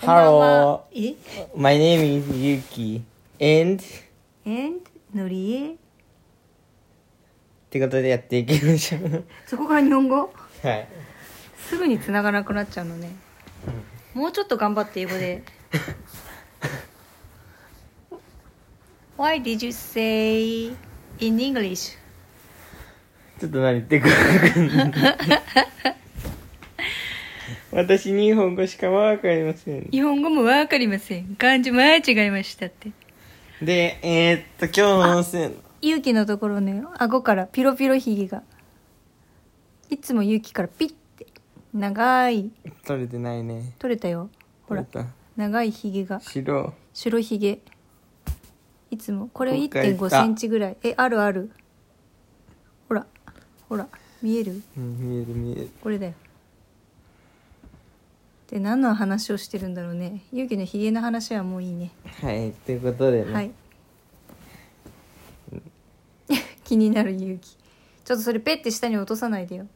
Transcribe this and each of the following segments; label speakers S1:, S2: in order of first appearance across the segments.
S1: こんばんは
S2: Hello.
S1: え
S2: My name is Yuki. And?
S1: えんのりえ
S2: ってことでやっていきましょう。
S1: そこから日本語
S2: はい。
S1: すぐに繋がなくなっちゃうのねもうちょっと頑張って英語で Why did you say in English?
S2: ちょっと何言ってるか分かんない。私、日本語しかわかりません。
S1: 日本語もわかりません漢字前違いましたって
S2: で、えー、っと、今日の温泉。
S1: 勇気のところの顎からピロピロひげがいつも勇気からピッて長い
S2: 取れてないね。
S1: 取れたよほら
S2: 取れ
S1: 長いひげが
S2: た。白。
S1: 白ひげいつもこれ
S2: 今回
S1: 1 5センチぐらいえあるあるほらほら見える
S2: うん、見える見える。
S1: これだよで何の話をしてるんだろうね勇気のひげの話はもういいね
S2: はい、ということでね。
S1: はい 気になる勇気ちょっとそれペッて下に落とさないでよ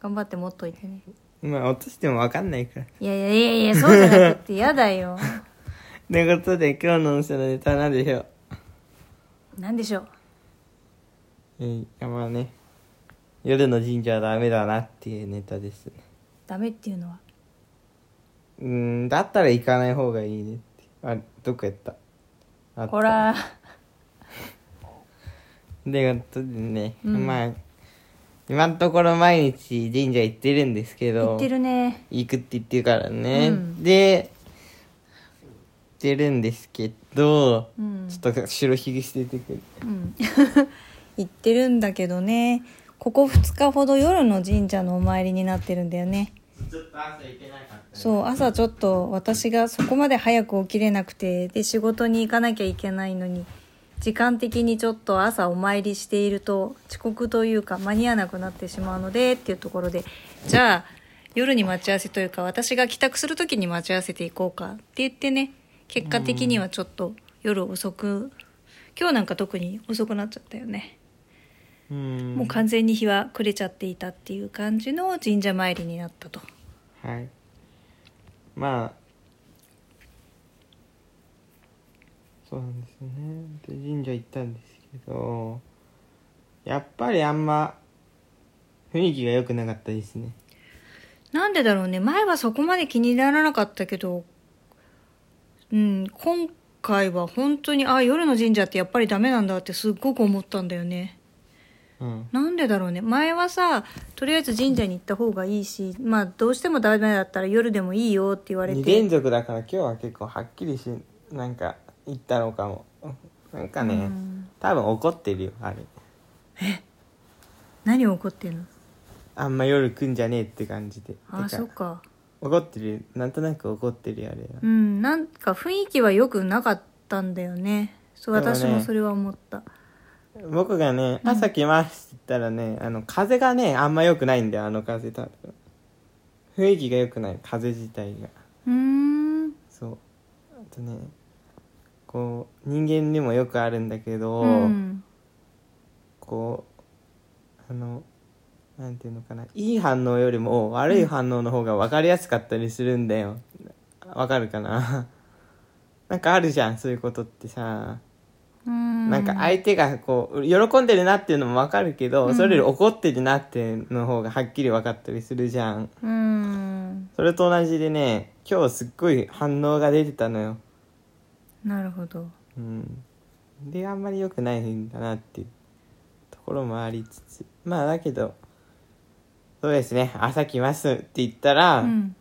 S1: 頑張って持っといてね
S2: まあ、落としてもわかんないから。
S1: いやいやいやいやそうじゃなくてやだよ
S2: ということで、今日の温泉のネタは何でしょう。
S1: なんでしょう
S2: えー、いやまあね。夜の神社はダメだなっていうネタですね。
S1: ダメっていうのは
S2: うーんだったら行かない方がいいねってあどこやったあった
S1: ほら
S2: でとでね、
S1: うん
S2: まあ今のところ毎日神社行ってるんですけど
S1: 言ってるね
S2: 行くって言ってるからね、
S1: うん
S2: で行ってるんですけど、
S1: うん
S2: ちょっと白ひげ捨ててくる
S1: うん、言ってるんだけどねここ2日ほど夜の神社のお参りになってるんだよね
S2: ちょっと朝行けなかった
S1: そう朝ちょっと私がそこまで早く起きれなくてで仕事に行かなきゃいけないのに時間的にちょっと朝お参りしていると遅刻というか間に合わなくなってしまうのでっていうところでじゃあ夜に待ち合わせというか私が帰宅する時に待ち合わせていこうかって言ってね結果的にはちょっと夜遅く今日なんか特に遅くなっちゃったよね。
S2: うん
S1: もう完全に日は暮れちゃっていたっていう感じの神社参りになったと。
S2: はいまあそうなんですねで神社行ったんですけどやっぱりあんま雰囲気が良くなかったですね
S1: なんでだろうね前はそこまで気にならなかったけどうん今回は本当にあ夜の神社ってやっぱりダメなんだってすっごく思ったんだよね
S2: うん
S1: なんでだろうね前はさとりあえず神社に行った方がいいしまあどうしてもダメだったら夜でもいいよって言われ
S2: 2
S1: て
S2: 連続だから今日は結構はっきりしなんか行ったのかもなんかね、
S1: うん
S2: 多分怒ってるよあれ
S1: 何を怒ってんの
S2: あんま夜来んじゃねえって感じで
S1: あ
S2: てか
S1: そっか
S2: 怒ってるよなんとなく怒ってるよあれは
S1: うんなんか雰囲気は良くなかったんだよねそう
S2: でもね
S1: 私もそれは思った、
S2: 僕がね朝来ますって言ったらね、あの風がねあんま良くないんだよあの風多分雰囲気が良くない風自体が
S1: うーん
S2: そうあとねこう人間にもよくあるんだけど、
S1: うん
S2: こうあのなんていうのかないい反応よりも悪い反応の方が分かりやすかったりするんだよ分かるかな なんかあるじゃんそういうことってさ
S1: うん
S2: なんか相手がこう喜んでるなっていうのも分かるけど、
S1: うん
S2: それより怒ってるなっていうの方がはっきり分かったりするじゃん
S1: うん
S2: それと同じでね今日すっごい反応が出てたのよ、
S1: なるほど
S2: うん、であんまり良くないんだなっていうところもありつつまあだけどそうですね朝来ますって言ったら、
S1: うん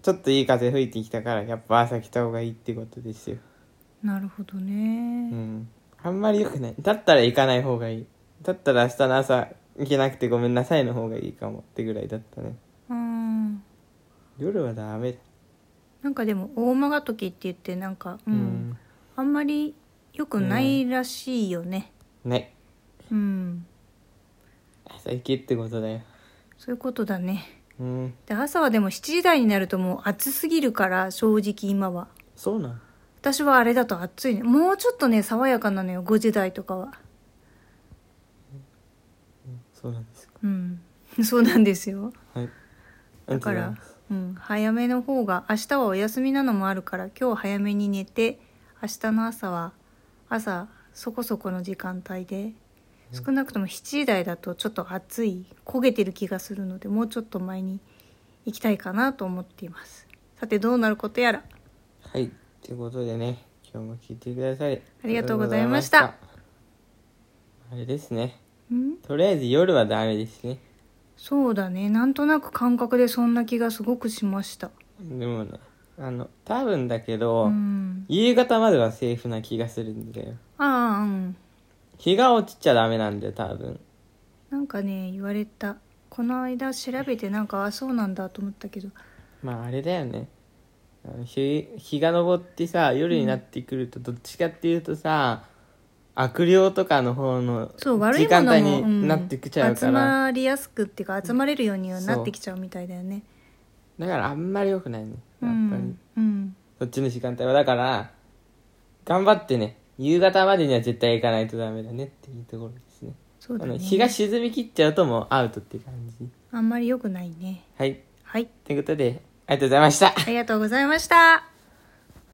S2: ちょっといい風吹いてきたからやっぱ朝来た方がいいってことですよ、
S1: なるほど
S2: う
S1: ね
S2: ん、あんまり良くないだったら行かない方がいいだったら明日の朝行けなくてごめんなさいの方がいいかもってぐらいだったね
S1: うん
S2: 夜はダメだ
S1: なんかでも大曲時って言ってなんか、うんあんまり良くないらしいよね
S2: うんない
S1: うん、
S2: 朝行けってことだよ
S1: そういうことだね
S2: うん
S1: で朝はでも7時台になるともう暑すぎるから正直今は
S2: そうなん
S1: 私はあれだと暑いねもうちょっとね爽やかなのよ5時台とかは
S2: そうなんですか
S1: うんそうなんですよ
S2: はい
S1: だから
S2: ありがとうございます
S1: うん、早めの方が明日はお休みなのもあるから今日早めに寝て明日の朝は朝そこそこの時間帯で少なくとも7時台だとちょっと暑い焦げてる気がするのでもうちょっと前に行きたいかなと思っていますさてどうなることやら
S2: はいということでね今日も聞いてくださり
S1: ありがとうございました
S2: ありがとうございましたあれですね
S1: うん
S2: とりあえず夜はダメですね
S1: そうだねなんとなく感覚でそんな気がすごくしました
S2: でもねあの多分だけど、
S1: うん
S2: 夕方まではセーフな気がするんだよ
S1: ああうん
S2: 日が落ちちゃダメなんだよ多分
S1: なんかね言われたこの間調べてなんかあそうなんだと思ったけど
S2: まああれだよねあの日日が昇ってさ夜になってくるとどっちかっていうとさ、悪霊とかの方の
S1: そう悪いもの
S2: 帯
S1: も、うん
S2: になってきちゃうか
S1: 集
S2: ら、
S1: まりやすくっていうか集まれるようにはなってきちゃうみたいだよね
S2: だからあんまり良くないね
S1: う
S2: やっぱり、
S1: ん、うん、
S2: そっちの時間帯はだから頑張ってね夕方までには絶対行かないとダメだねっていうところですね
S1: そうだ
S2: あの
S1: ね
S2: 日が沈み切っちゃうともうアウトっていう感じ
S1: あんまり良くないね
S2: はい
S1: はい
S2: ということでありがとうございました
S1: ありがとうございました